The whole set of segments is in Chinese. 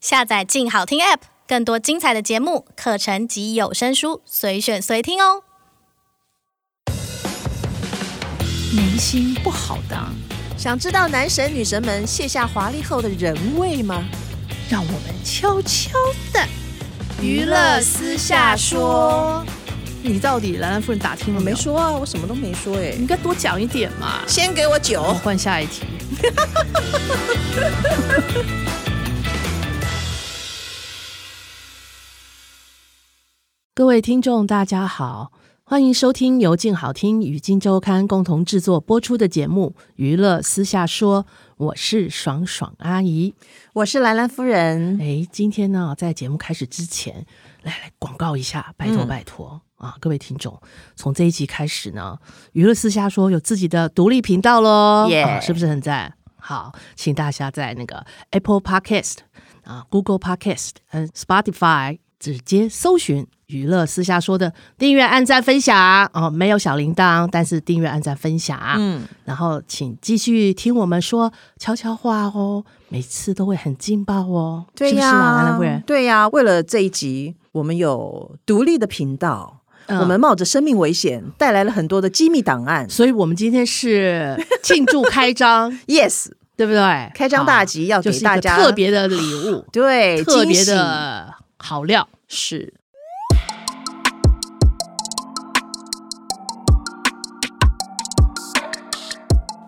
下载“静好听 ”App，更多精彩的节目、课程及有声书，随选随听哦。明星不好当，想知道男神女神们卸下华丽后的人味吗？让我们悄悄的娱乐私下说。你到底兰兰夫人打听了我没没有？说啊，我什么都没说哎、你应该多讲一点嘛。先给我酒我。换下一题。 各位听众，大家好，欢迎收听由静好听与静周刊共同制作播出的节目《娱乐私下说》，我是爽爽阿姨。我是兰兰夫人，哎，今天呢，在节目开始之前，来来广告一下，拜托拜托、啊，各位听众，从这一集开始呢，娱乐私下说有自己的独立频道喽，耶啊是不是很赞？好，请大家在那个 Apple Podcast 啊、Google Podcast 嗯 Spotify 直接搜寻。娱乐私下说的订阅、按赞、分享哦，没有小铃铛，但是订阅、按赞、分享，嗯，然后请继续听我们说悄悄话哦，每次都会很劲爆哦，对是不是呀、啊，兰兰夫人？对呀、为了这一集，我们有独立的频道，嗯我们冒着生命危险带来了很多的机密档案。所以我们今天是庆祝开 张， Yes，啊对不对？开张大吉要好给就是一大个家特别的礼物，对，特别惊的好料。喜是。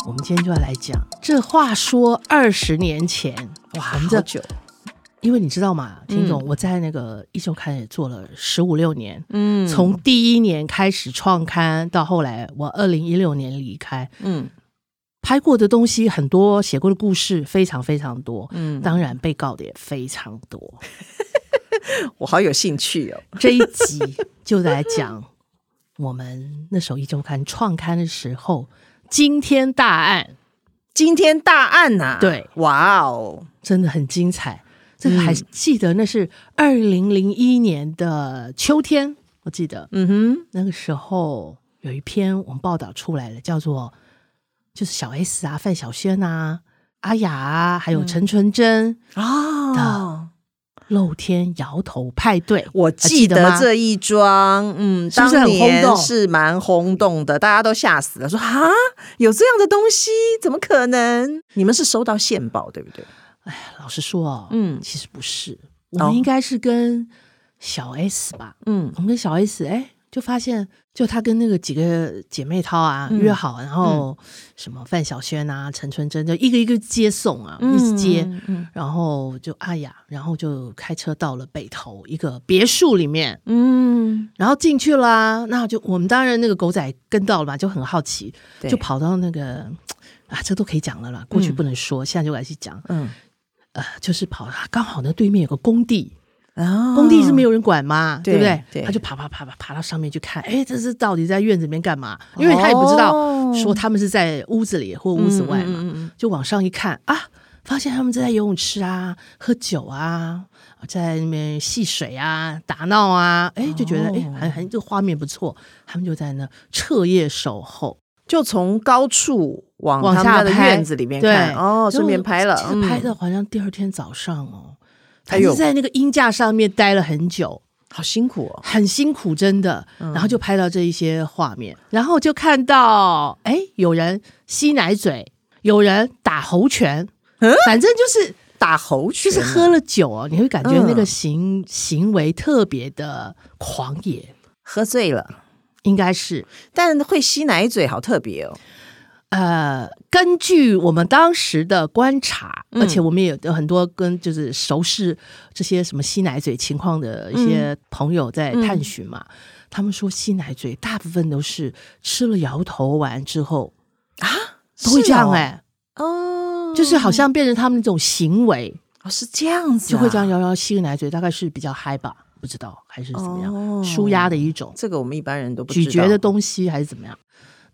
我们今天就要来讲，这话说二十年前，哇，我们好这久，因为你知道嘛，听众，嗯我在那个一周刊也做了十五六年，嗯从第一年开始创刊到后来，我二零一六年离开，嗯拍过的东西很多，写过的故事非常非常多，嗯，当然被告的也非常多。我好有兴趣哦。这一集就来讲我们那时候一周刊创刊的时候，惊天大案今天大案呐、对，哇哦，真的很精彩。这个还记得那是二零零一年的秋天，我记得嗯哼，那个时候有一篇我们报道出来了，叫做就是小 S 啊、范晓萱啊、阿雅啊，还有陈纯真、哦，露天摇头派对，我还记得得吗这一桩，嗯，是不是很轰当动年是蛮轰动的，大家都吓死了，说啊，有这样的东西，怎么可能？你们是收到线报对不对？老实说哦，嗯其实不是，我们应该是跟小 S 吧，嗯我们跟小 S 哎，就发现就她跟那个几个姐妹淘啊、嗯约好，然后什么范晓萱啊、陈纯真就一个一个接送啊，嗯一直接，嗯然后就阿雅，然后就开车到了北头一个别墅里面，嗯，然后进去啦、那就我们当然那个狗仔跟到了嘛，就很好奇，对就跑到那个啊，这都可以讲了啦，过去嗯不能说，现在就来去讲。嗯，呃，就是跑，刚好呢对面有个工地，啊工地是没有人管嘛，对不对？对他就爬爬爬爬爬到上面去看，哎，这是到底在院子里面干嘛？因为他也不知道哦说他们是在屋子里或屋子外嘛，嗯嗯嗯嗯就往上一看啊，发现他们正在游泳池啊、喝酒啊，在那边戏水啊、打闹啊，哎，就哦觉得哎，还还这个画面不错，他们就在那彻夜守候。就从高处往往他们下家的拍院子里面对看，哦，就顺便拍了其，实拍嗯到好像第二天早上哦，哎他就呦在那个鹰架上面待了很久。好辛苦哦，很辛苦，真的。嗯然后就拍到这一些画面，然后就看到，哎，有人吸奶嘴，有人打猴拳，嗯反正就是打猴拳就啊，是喝了酒哦，你会感觉那个嗯行、行为特别的狂野，喝醉了，应该是。但会吸奶嘴，好特别哦，呃，根据我们当时的观察，嗯而且我们也有很多跟就是熟识这些什么吸奶嘴情况的一嗯些朋友在探寻嘛，他们说吸奶嘴大部分都是吃了摇头丸之后都会这样哎、哎、啊哦，就是好像变成他们那种行为，哦是这样子、就会这样，摇摇吸个奶嘴，大概是比较嗨吧，不知道还是怎么样，哦舒压的一种。这个我们一般人都不知咀道哦嚼的东西还是怎么样。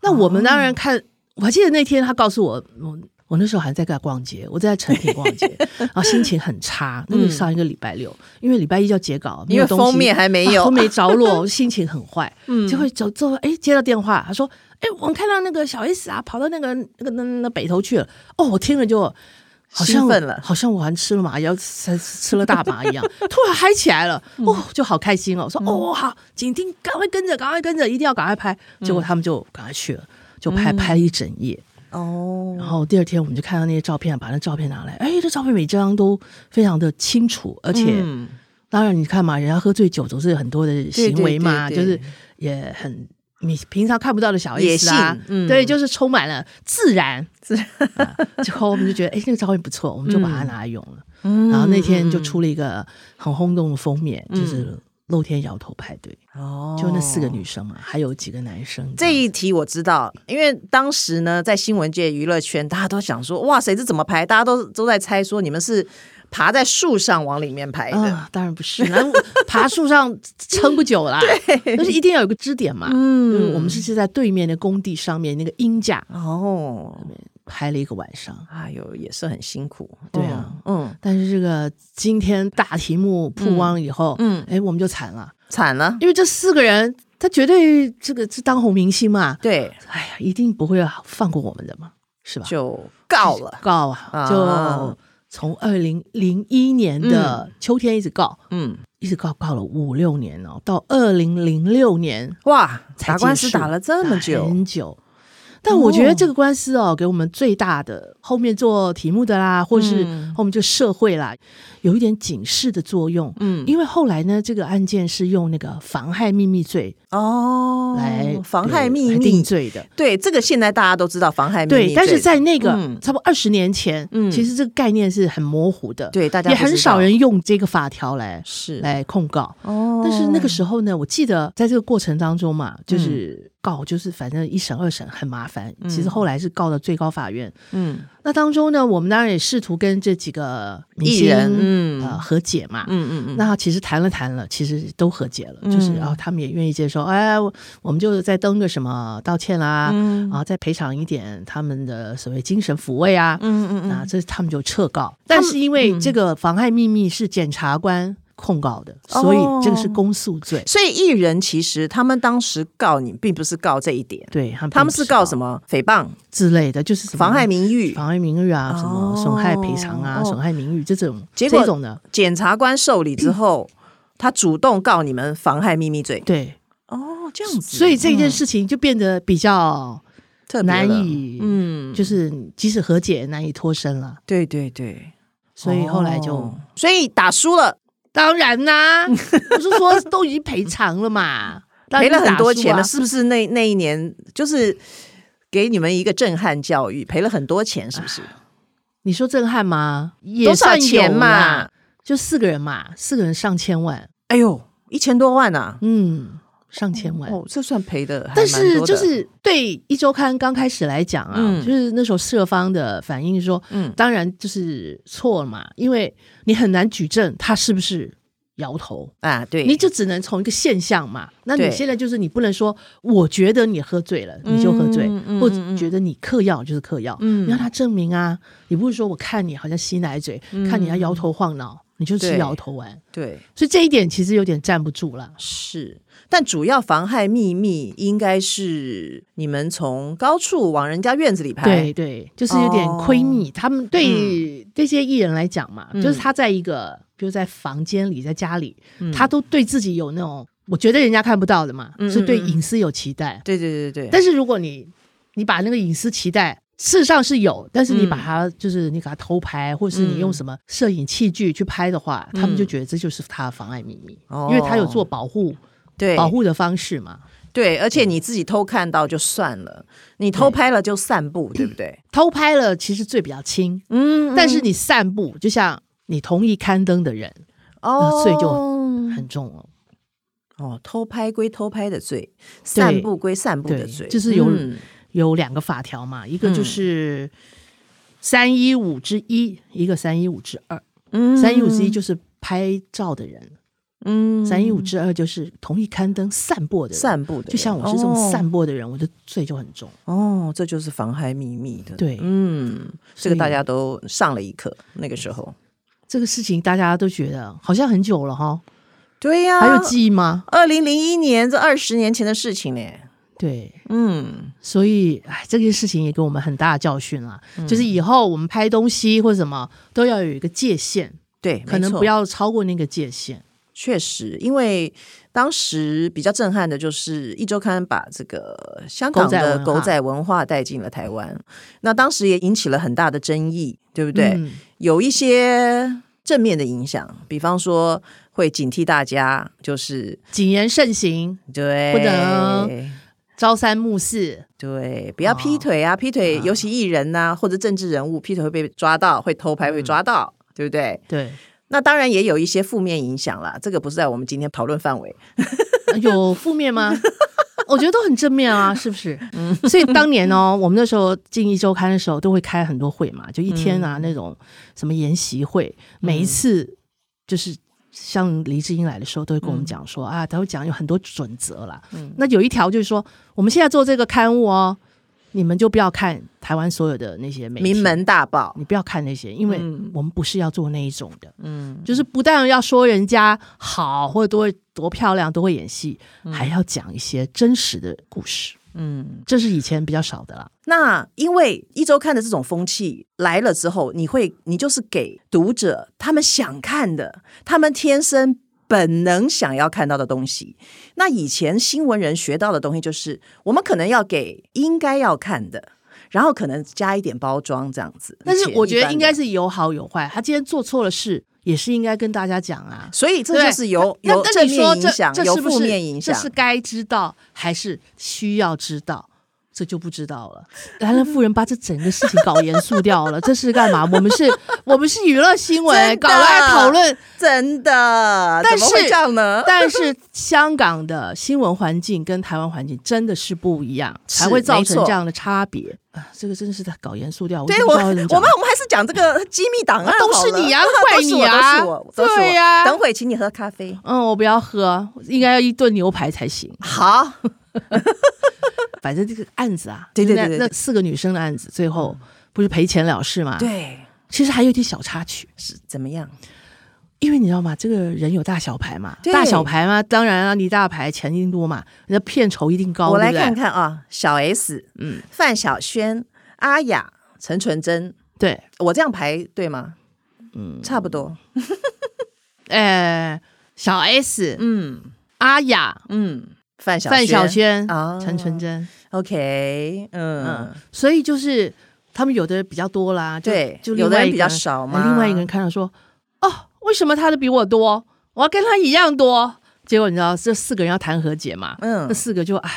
那我们当然看，我还记得那天他告诉我，我我那时候还在跟他逛街，我在成品 逛街，然后心情很差。那个上一个礼拜六，因为礼拜一要截稿，没有嗯因为东西封面还没啊有 封面着落，我心情很坏。嗯，结果走之后，哎，接到电话，他说，哎，我看到那个小 S 啊，跑到那个那个那那那北头去了。哦，我听了就好兴像奋了，好像我还吃了麻药，才吃了大麻一 样，突然嗨起来了，嗯哦，就好开心哦，说哦好，紧盯，赶快跟着，赶快跟着，一定要赶快拍。嗯结果他们就赶快去了，就拍拍了一整夜。哦，然后第二天我们就看到那些照片，把那照片拿来，哎，这照片每张都非常的清楚，而且、嗯当然你看嘛，人家喝醉酒总是有很多的行为嘛，对对对对就是也很你平常看不到的小意思啊野性，嗯对，就是充满了自然。自然、啊，最后我们就觉得，哎，那个照片不错，我们就把它拿来用了。嗯然后那天就出了一个很轰动的封面，嗯就是露天摇头派对，哦就那四个女生嘛，还有几个男生。这一题我知道，因为当时呢，在新闻界、娱乐圈，大家都想说，哇塞，这怎么排？大家都都在猜说，你们是爬在树上往里面排的。啊，当然不是，那 爬树上撑不 久啦，但是一定要有个支点嘛。嗯，我们是是在对面的工地上面那个鹰架哦，拍了一个晚上。哎呦，也是很辛苦。对啊嗯，嗯，但是这个今天大题目曝光以后，嗯嗯，哎、我们就惨了，惨了。因为这四个人他绝对这个是当红明星嘛，对，哎呀，一定不会放过我们的嘛，是吧？就告了。告啊，就啊从二零零一年的秋天一直告，嗯，一直告告了五六年哦，到二零零六年哇，才打官司结束打了这么打久，很久。但我觉得这个官司哦，给我们最大的后面做题目的啦，或是嗯后面就社会啦，有一点警示的作用。嗯，因为后来呢，这个案件是用那个妨害秘密罪哦，来、妨害秘来定密，罪的。对，这个现在大家都知道妨害秘密罪，对，但是在那个嗯差不多二十年前，嗯其实这个概念是很模糊的，对大家也不知道很少人用这个法条来是来控告。哦，嗯但是那个时候呢，我记得在这个过程当中嘛，就是告，就是反正一审、二审很麻烦。其实后来是告到最高法院。嗯那当中呢，我们当然也试图跟这几个明艺星人嗯呃和解嘛。嗯嗯嗯，那其实谈了谈了，其实都和解了，就是啊，他们也愿意接受，哎，我我们就再登个什么道歉啦，嗯啊，再赔偿一点他们的所谓精神抚慰啊，嗯嗯嗯嗯啊，这他们就撤告。但是因为这个妨害秘密是检察官控告的，哦所以这个是公诉罪，所以艺人其实他们当时告你，并不是告这一点，对他们他们是告什么么诽谤、之类的，就是什么妨害名誉。妨害名誉啊，什么损害赔偿啊，哦损害名誉这种结果这种的，检察官受理之后，他主动告你们妨害秘密罪。嗯对，哦，这样子，所以这件事情就变得比较特别了难以嗯，就是即使和解也难以脱身了，对对对，所以后来就、哦所以打输了，当然啦、 我是说都已经赔偿了嘛，当 赔然了是打很多输钱啊了，是不是那？那一年就是给你们一个震撼教育，赔了很多钱，是不是？你说震撼吗？啊也多少算有钱嘛啦？？就四个人嘛，四个人上千万，哎呦，一千多万啊！嗯，上千万。哦，这算赔的，还但蛮是多就的是对一周刊刚开始来讲啊，嗯就是那时候社方的反应说，嗯当然就是错了嘛，因为你很难举证他是不是摇头，啊，对，你就只能从一个现象嘛。那对你现在就是你不能说，我觉得你喝醉了，你就喝醉，嗯嗯或嗯者觉得你嗑药就是嗑药，嗯你让他证明啊。你不是说我看你好像吸奶嘴，看你要摇头晃脑，你就吃嗯对摇头丸。对。所以这一点其实有点站不住了。是，但主要妨害秘密应该是你们从高处往人家院子里对拍，对，就是有点窥密。他们对这些艺人来讲嘛，哦嗯就是他在一个，比如在房间里，在家里，他都对自己有那种，我觉得人家看不到的嘛，嗯是对嗯嗯隐私有期待。对对对对对，但是如果你你把那个隐私期待，事实上是有，但是你嗯把它、就是你给它偷拍，或者是你用什么摄影器具去拍的话，他们就觉得这就是他妨碍秘密，嗯哦因为他有做保护对保护的方式嘛。对，而且你自己偷看到就算了，你偷拍了就散步，对不对？偷拍了其实罪比较轻，嗯，但是你散布，就像你同意刊登的人哦，啊所以就很重哦，哦，偷拍归偷拍的罪，散步归散步的对罪，就是有嗯有两个法条嘛，一个就是三一五之一，一个三一五之二，嗯三一五之一就是拍照的人。嗯三一五之二就是同意刊登散播的人，散步的人，就像我是这种散哦播的人，我的罪就很重。哦，这就是妨害秘密的，对嗯，所这个以大家都上了一课，那个时候，这个事情大家都觉得好像很久了哈，对呀，还有记忆吗？二零零一年，这二十年前的事情呢。对，嗯，所以哎，这件事情也给我们很大的教训了，嗯就是以后我们拍东西或什么都要有一个界限，对，可能没错不要超过那个界限。确实，因为当时比较震撼的就是《一周刊》把这个香港的狗狗仔仔文化带进了台湾，那当时也引起了很大的争议，对不对？嗯有一些正面的影响，比方说会警惕大家，就是谨言慎行，对不能朝三暮四，对，哦不要劈腿啊，劈腿，嗯尤其艺人呐、或者政治人物，劈腿会被抓到，会偷拍嗯会被抓到，对不对？对，那当然也有一些负面影响啦，这个不是在我们今天讨论范围。有负面吗？我觉得都很正面啊，是不是？所以当年哦，我们那时候进一周刊的时候，都会开很多会嘛，就一天啊、那种什么研习会，每一次就是像黎智英来的时候，都会跟我们讲说、啊，他会讲有很多准则啦。那有一条就是说，我们现在做这个刊物哦，你们就不要看台湾所有的那些媒体名门大报，你不要看那些，因为我们不是要做那一种的，嗯，就是不但要说人家好或者多多漂亮、多会演戏，还要讲一些真实的故事，嗯，这是以前比较少的啦。那因为一周看的这种风气来了之后，你会，你就是给读者他们想看的，他们天生本能想要看到的东西。那以前新闻人学到的东西，就是我们可能要给应该要看的，然后可能加一点包装这样子。但是我觉一得般应该的，是有好有坏，他今天做错了事，也是应该跟大家讲啊。所以这对就是有那有那正你说面影这响，这有是不负是面影响这。是该知道还是需要知道？这就不知道了。然后富人把这整个事情搞严肃掉了，这是干嘛？我们是，我们是娱乐新闻，真的搞来讨论真的，但怎么会是这样呢？但是香港的新闻环境跟台湾环境真的是不一样，是才会造成没错这样的差别。啊这个真的是在搞严肃掉，对我我，我我们我们还是讲这个机密档案好都了，是你呀怪 都是你我呀都是我，都是我对呀等会请你喝咖啡。嗯，我不要喝，应该要一顿牛排才行。好，反正这个案子啊，对对对就是对那对那四个女生的案子，最后不是赔钱了事嘛？，对，其实还有一点小插曲，是怎么样？因为你知道吗？这个人有大小牌嘛，对大小牌嘛，当然啊，你大牌钱一定多嘛，你的片酬一定高，我对来不对看看啊，小 S，嗯嗯，范晓萱、阿雅、陈纯真，对，我这样排对吗？嗯，差不多。呃，小 S、嗯阿雅、嗯，范晓范晓萱、啊陈纯真， ，OK，嗯嗯，，所以就是他们有的比较多啦，就对就有另外的人一比个较人少呃嘛另外一个人看到说，哦，为什么他的比我多？我要跟他一样多。结果你知道这四个人要谈和解嘛？嗯那四个就哎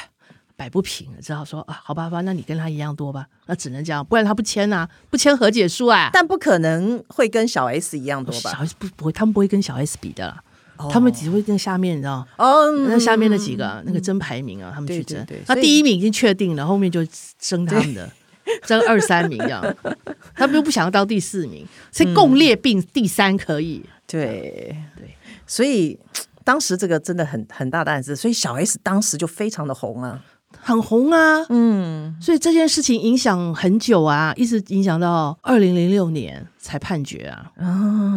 摆不平了，只好说啊，好吧，好吧，那你跟他一样多吧，那只能这样，不然他不签啊，不签和解书啊。但不可能会跟小 S 一样多小吧？ S 不不会，他们不会跟小 S 比的啦，他们只会跟下面你知道。哦，那嗯下面那几个、那个争排名啊，他们去对争对对，那所以第一名已经确定了，后面就争他们的，争二三名这 样，他们又不想要到第四名，嗯所以共列并第三可以。对嗯对，所以当时这个真的很很大的案子，所以小 S 当时就非常的红啊。很红啊，嗯，所以这件事情影响很久啊，一直影响到二零零六年才判决啊，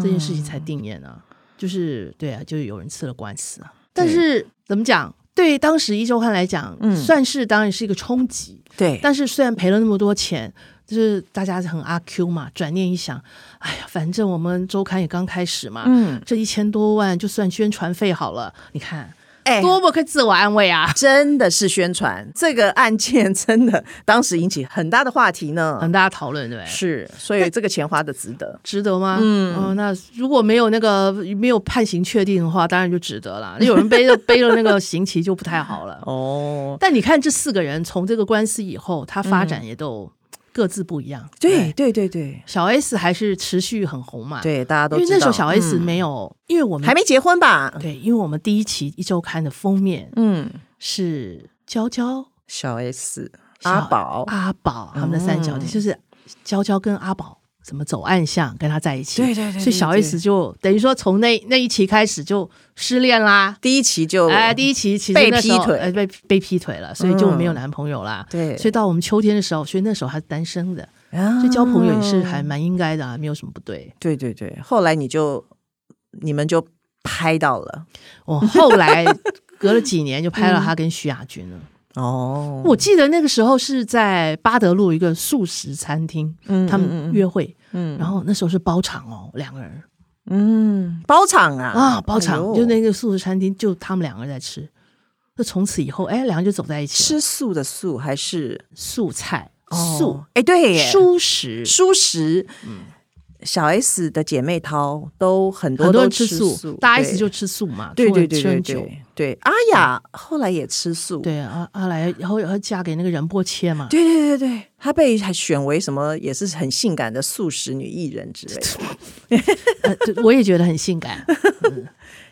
这件事情才定谳啊，就是对啊，就是有人吃了官司啊。但是怎么讲，对当时一周刊来讲，嗯算是当然是一个冲击，对，但是虽然赔了那么多钱，就是大家很阿 Q 嘛，转念一想，哎呀，反正我们周刊也刚开始嘛，嗯，这一千多万就算宣传费好了，你看哎，多么可以自我安慰啊！真的是宣传这个案件，真的当时引起很大的话题呢。 很大的讨论，对不对？是，所以这个钱花的值得。值得吗？嗯、那如果没有那个没有判刑确定的话，当然就值得 了。那有人背着背了那个刑期就不太好了。哦，但你看这四个人从这个官司以后，他发展也都各自不一样。嗯对对对对小 S 还是持续很红嘛，，对，大家都因为那时候知道小 S 嗯没有，因为我们还没结婚吧？对，因为我们第一期一周刊的封面嗯，是娇娇、小 S 小啊阿宝，嗯阿宝他们的三角恋，就是娇娇跟阿宝怎么走暗巷，跟他在一起。对对对所以小对对 S 就等于说从那那一期开始就失恋啦。第一期就哎，第一期其实哦被那时候劈腿嗯哎被被劈腿了，所以就没有男朋友啦。对所以到我们秋天的时候，所以那时候还是单身的，啊所以交朋友也是还蛮应该的啊，没有什么不对。对对对，后来你就你们就拍到了。我后来隔了几年就拍了他跟徐亚军了，哦，我记得那个时候是在巴德路一个素食餐厅，嗯他们约会，嗯然后那时候是包场哦，两个人嗯，包场啊啊，包场、哎呦就那个素食餐厅，就他们两个人在吃。就从此以后，哎，两个人就走在一起了，吃素的素还是素菜、素？哎，对素哦耶，蔬食，素食。小 S 的姐妹淘都很多很多都人吃素，素，大 S 对就吃素嘛，对出对门对吃对很久。对对，阿雅后来也吃嗯素，对啊，阿阿来，然后然后嫁给那个仁波切嘛，对对对对，她被还选为什么也是很性感的素食女艺人之类的，呃对我也觉得很性感。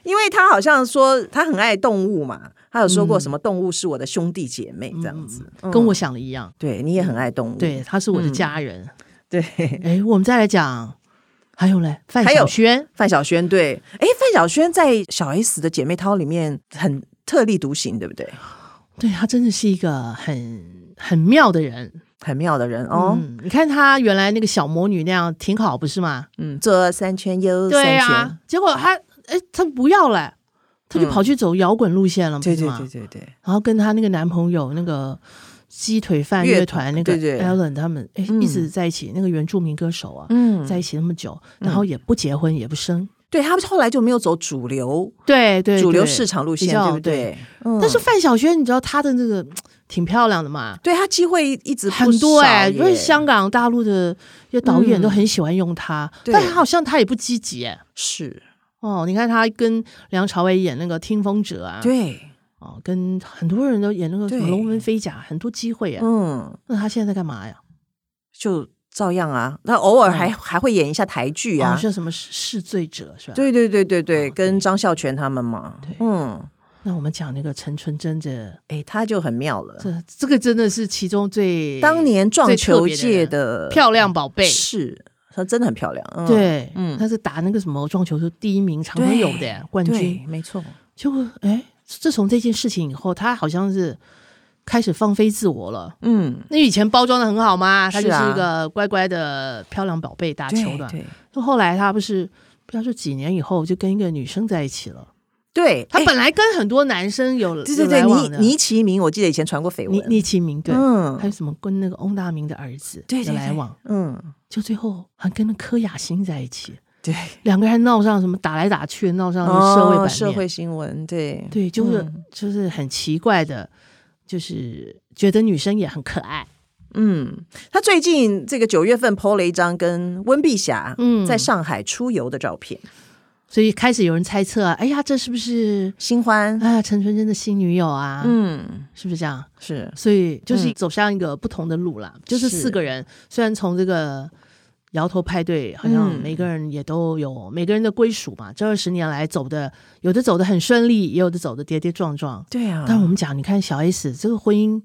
因为她好像说她很爱动物嘛，她有说过什么动物是我的兄弟姐妹这样子，嗯嗯跟我想的一样。对你也很爱动物，对，他是我的家人。对。哎、我们再来讲，还有嘞，范还有晓萱，范晓萱对，哎，范晓萱在小 S 的姐妹淘里面很特立独行，对不对？对他真的是一个很很妙的人。很妙的人哦，嗯，你看他原来那个小魔女那样挺好，不是吗？嗯，左三圈右三对圈，啊，结果他哎，他不要了，他就嗯跑去走摇滚路线了，对不是对吗对对对，然后跟她那个男朋友那个鸡腿饭乐乐团那个对对 Alan 他们，哎、嗯一直在一起，那个原住民歌手啊，嗯，在一起那么久，然后也不结婚也不生，对他后来就没有走主流对对主流市场路线，比对不？较对？嗯但是范晓萱，你知道她的那个挺漂亮的嘛，对他机会一直不很多少哎、耶因为香港、大陆的一些导演嗯都很喜欢用她，对但她好像她也不积极哎、是哦，你看她跟梁朝伟演那个《听风者》啊，对，哦，跟很多人都演那个什么对《龙门飞甲》，很多机会哎、嗯，那她现在在干嘛呀？就照样啊。那偶尔嗯还还会演一下台剧好啊，像什么弑罪者是吧？，对对对对对，哦跟张孝全他们嘛对，嗯，那我们讲那个陈纯真的，哎，他就很妙了。这这个真的是其中最当年撞最特球别界的的人漂亮宝贝，是，她真的很漂亮，嗯，对，嗯他是打那个什么撞球是第一名，常常有的耶冠对军。没错，结果哎，自从这件事情以后，他好像是开始放飞自我了。嗯，那以前包装的很好嘛，他是就是啊一个乖乖的漂亮宝贝，打打球的。对那后来他不是不知道是几年以后就跟一个女生在一起了。对，他哎本来跟很多男生有对对有来对，往倪的倪其明，我记得以前传过绯倪闻，倪其明对，嗯还有什么跟那个翁大明的儿子对有对来对往，嗯，就最后还跟那柯雅欣在一起，对，两个人还闹上什么打来打去，闹上社会版哦面。社会新闻，对对，就是、嗯就是很奇怪的，就是觉得女生也很可爱。嗯，他最近这个九月份 PO 了一张跟温碧霞嗯在上海出游的照片，所以开始有人猜测啊，哎呀，这是不是新欢，啊陈纯真的新女友啊？嗯，是不是这样？是所以就是嗯走向一个不同的路啦。就是是四个人，虽然从这个摇头派对，好像嗯每个人也都有每个人的归属嘛。这二十年来走的，有的走的很顺利，也有的走的跌跌撞撞。对啊，但我们讲，你看小 S 这个婚姻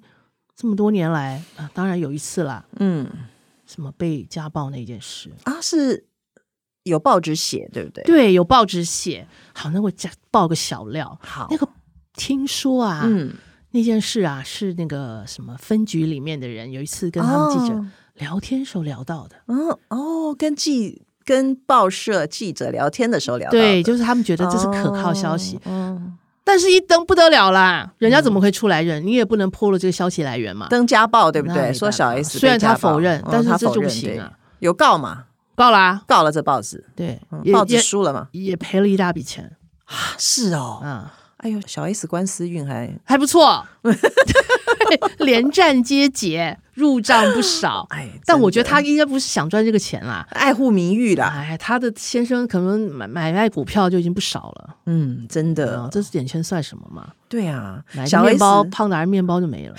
这么多年来啊，当然有一次啦，嗯什么被家暴那件事，啊是有报纸写，对不对？，对，有报纸写。好，那我讲爆个小料，好，那个听说啊，嗯，那件事啊是那个什么分局里面的人有一次跟他们记者哦聊天时候聊到的。嗯哦，跟记跟报社记者聊天的时候聊到的，对，就是他们觉得这是可靠消息，哦，嗯，但是一登不得了啦，人家怎么会出来认？你也不能披露这个消息来源嘛。登家报嗯对不那没对？办法说小 S 虽然被家他否暴认嗯但是他这否就认不行对啊有告嘛，告啦，告了这报纸，对，嗯也报纸也输了嘛，也赔了一大笔钱啊是哦，啊。哎呦，小 S 官司运还，还不 错，连战皆捷，入账不少。 哎，但我觉得真的啊他应该不是想赚这个钱啦。爱护名誉啦，哎，他的先生可能买买卖股票就已经不少了，嗯，真啊的，这点钱算什么嘛？对啊，买小个面 S 包，胖达人面包就没 了。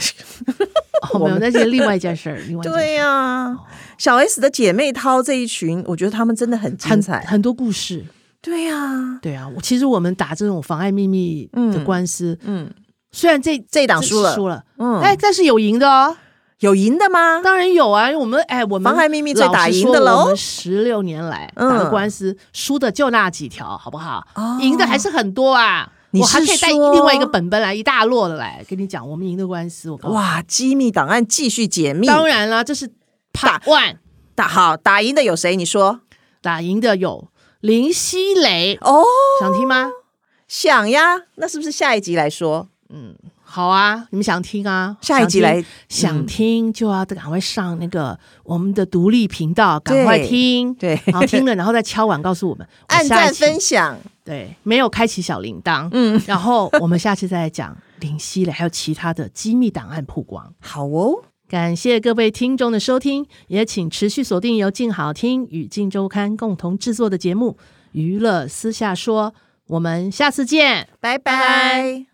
哦，没有，那是另外一件事儿，另外一件事对呀、小 S 的姐妹淘这一群，我觉得她们真的很精很彩，很多故事。对呀、对啊，我其实我们打这种妨碍秘密的官司，嗯虽然这这一档输了输了，嗯，哎，但是有赢的哦，有赢的吗？当然有啊，因为我们哎，我们妨害秘密罪打赢的喽十六年来嗯打的官司，输的就那几条，好不好哦？赢的还是很多啊。你我还是可以带说另外一个本本来一大摞的来跟你讲，我们赢的官司，我告诉你，哇，机密档案继续解密，当然啦，这是 part 打 one 打好打赢的有谁？你说打赢的有林熙蕾，哦，想听吗？想呀，那是不是下一集来说？嗯，好啊，你们想听啊？下一集想来嗯听想听就要赶快上那个我们的独立频道，赶快对听，对然后听了，然后再敲碗告诉 我们，我按下一赞期分享，对，没有开启小铃铛，嗯，然后我们下次再来讲林夕蕾还有其他的机密档案曝光。好哦，感谢各位听众的收听，也请持续锁定由静好听与静周刊共同制作的节目《娱乐私下说》，我们下次见。拜拜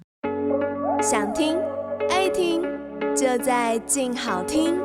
想听爱听，就在静好听。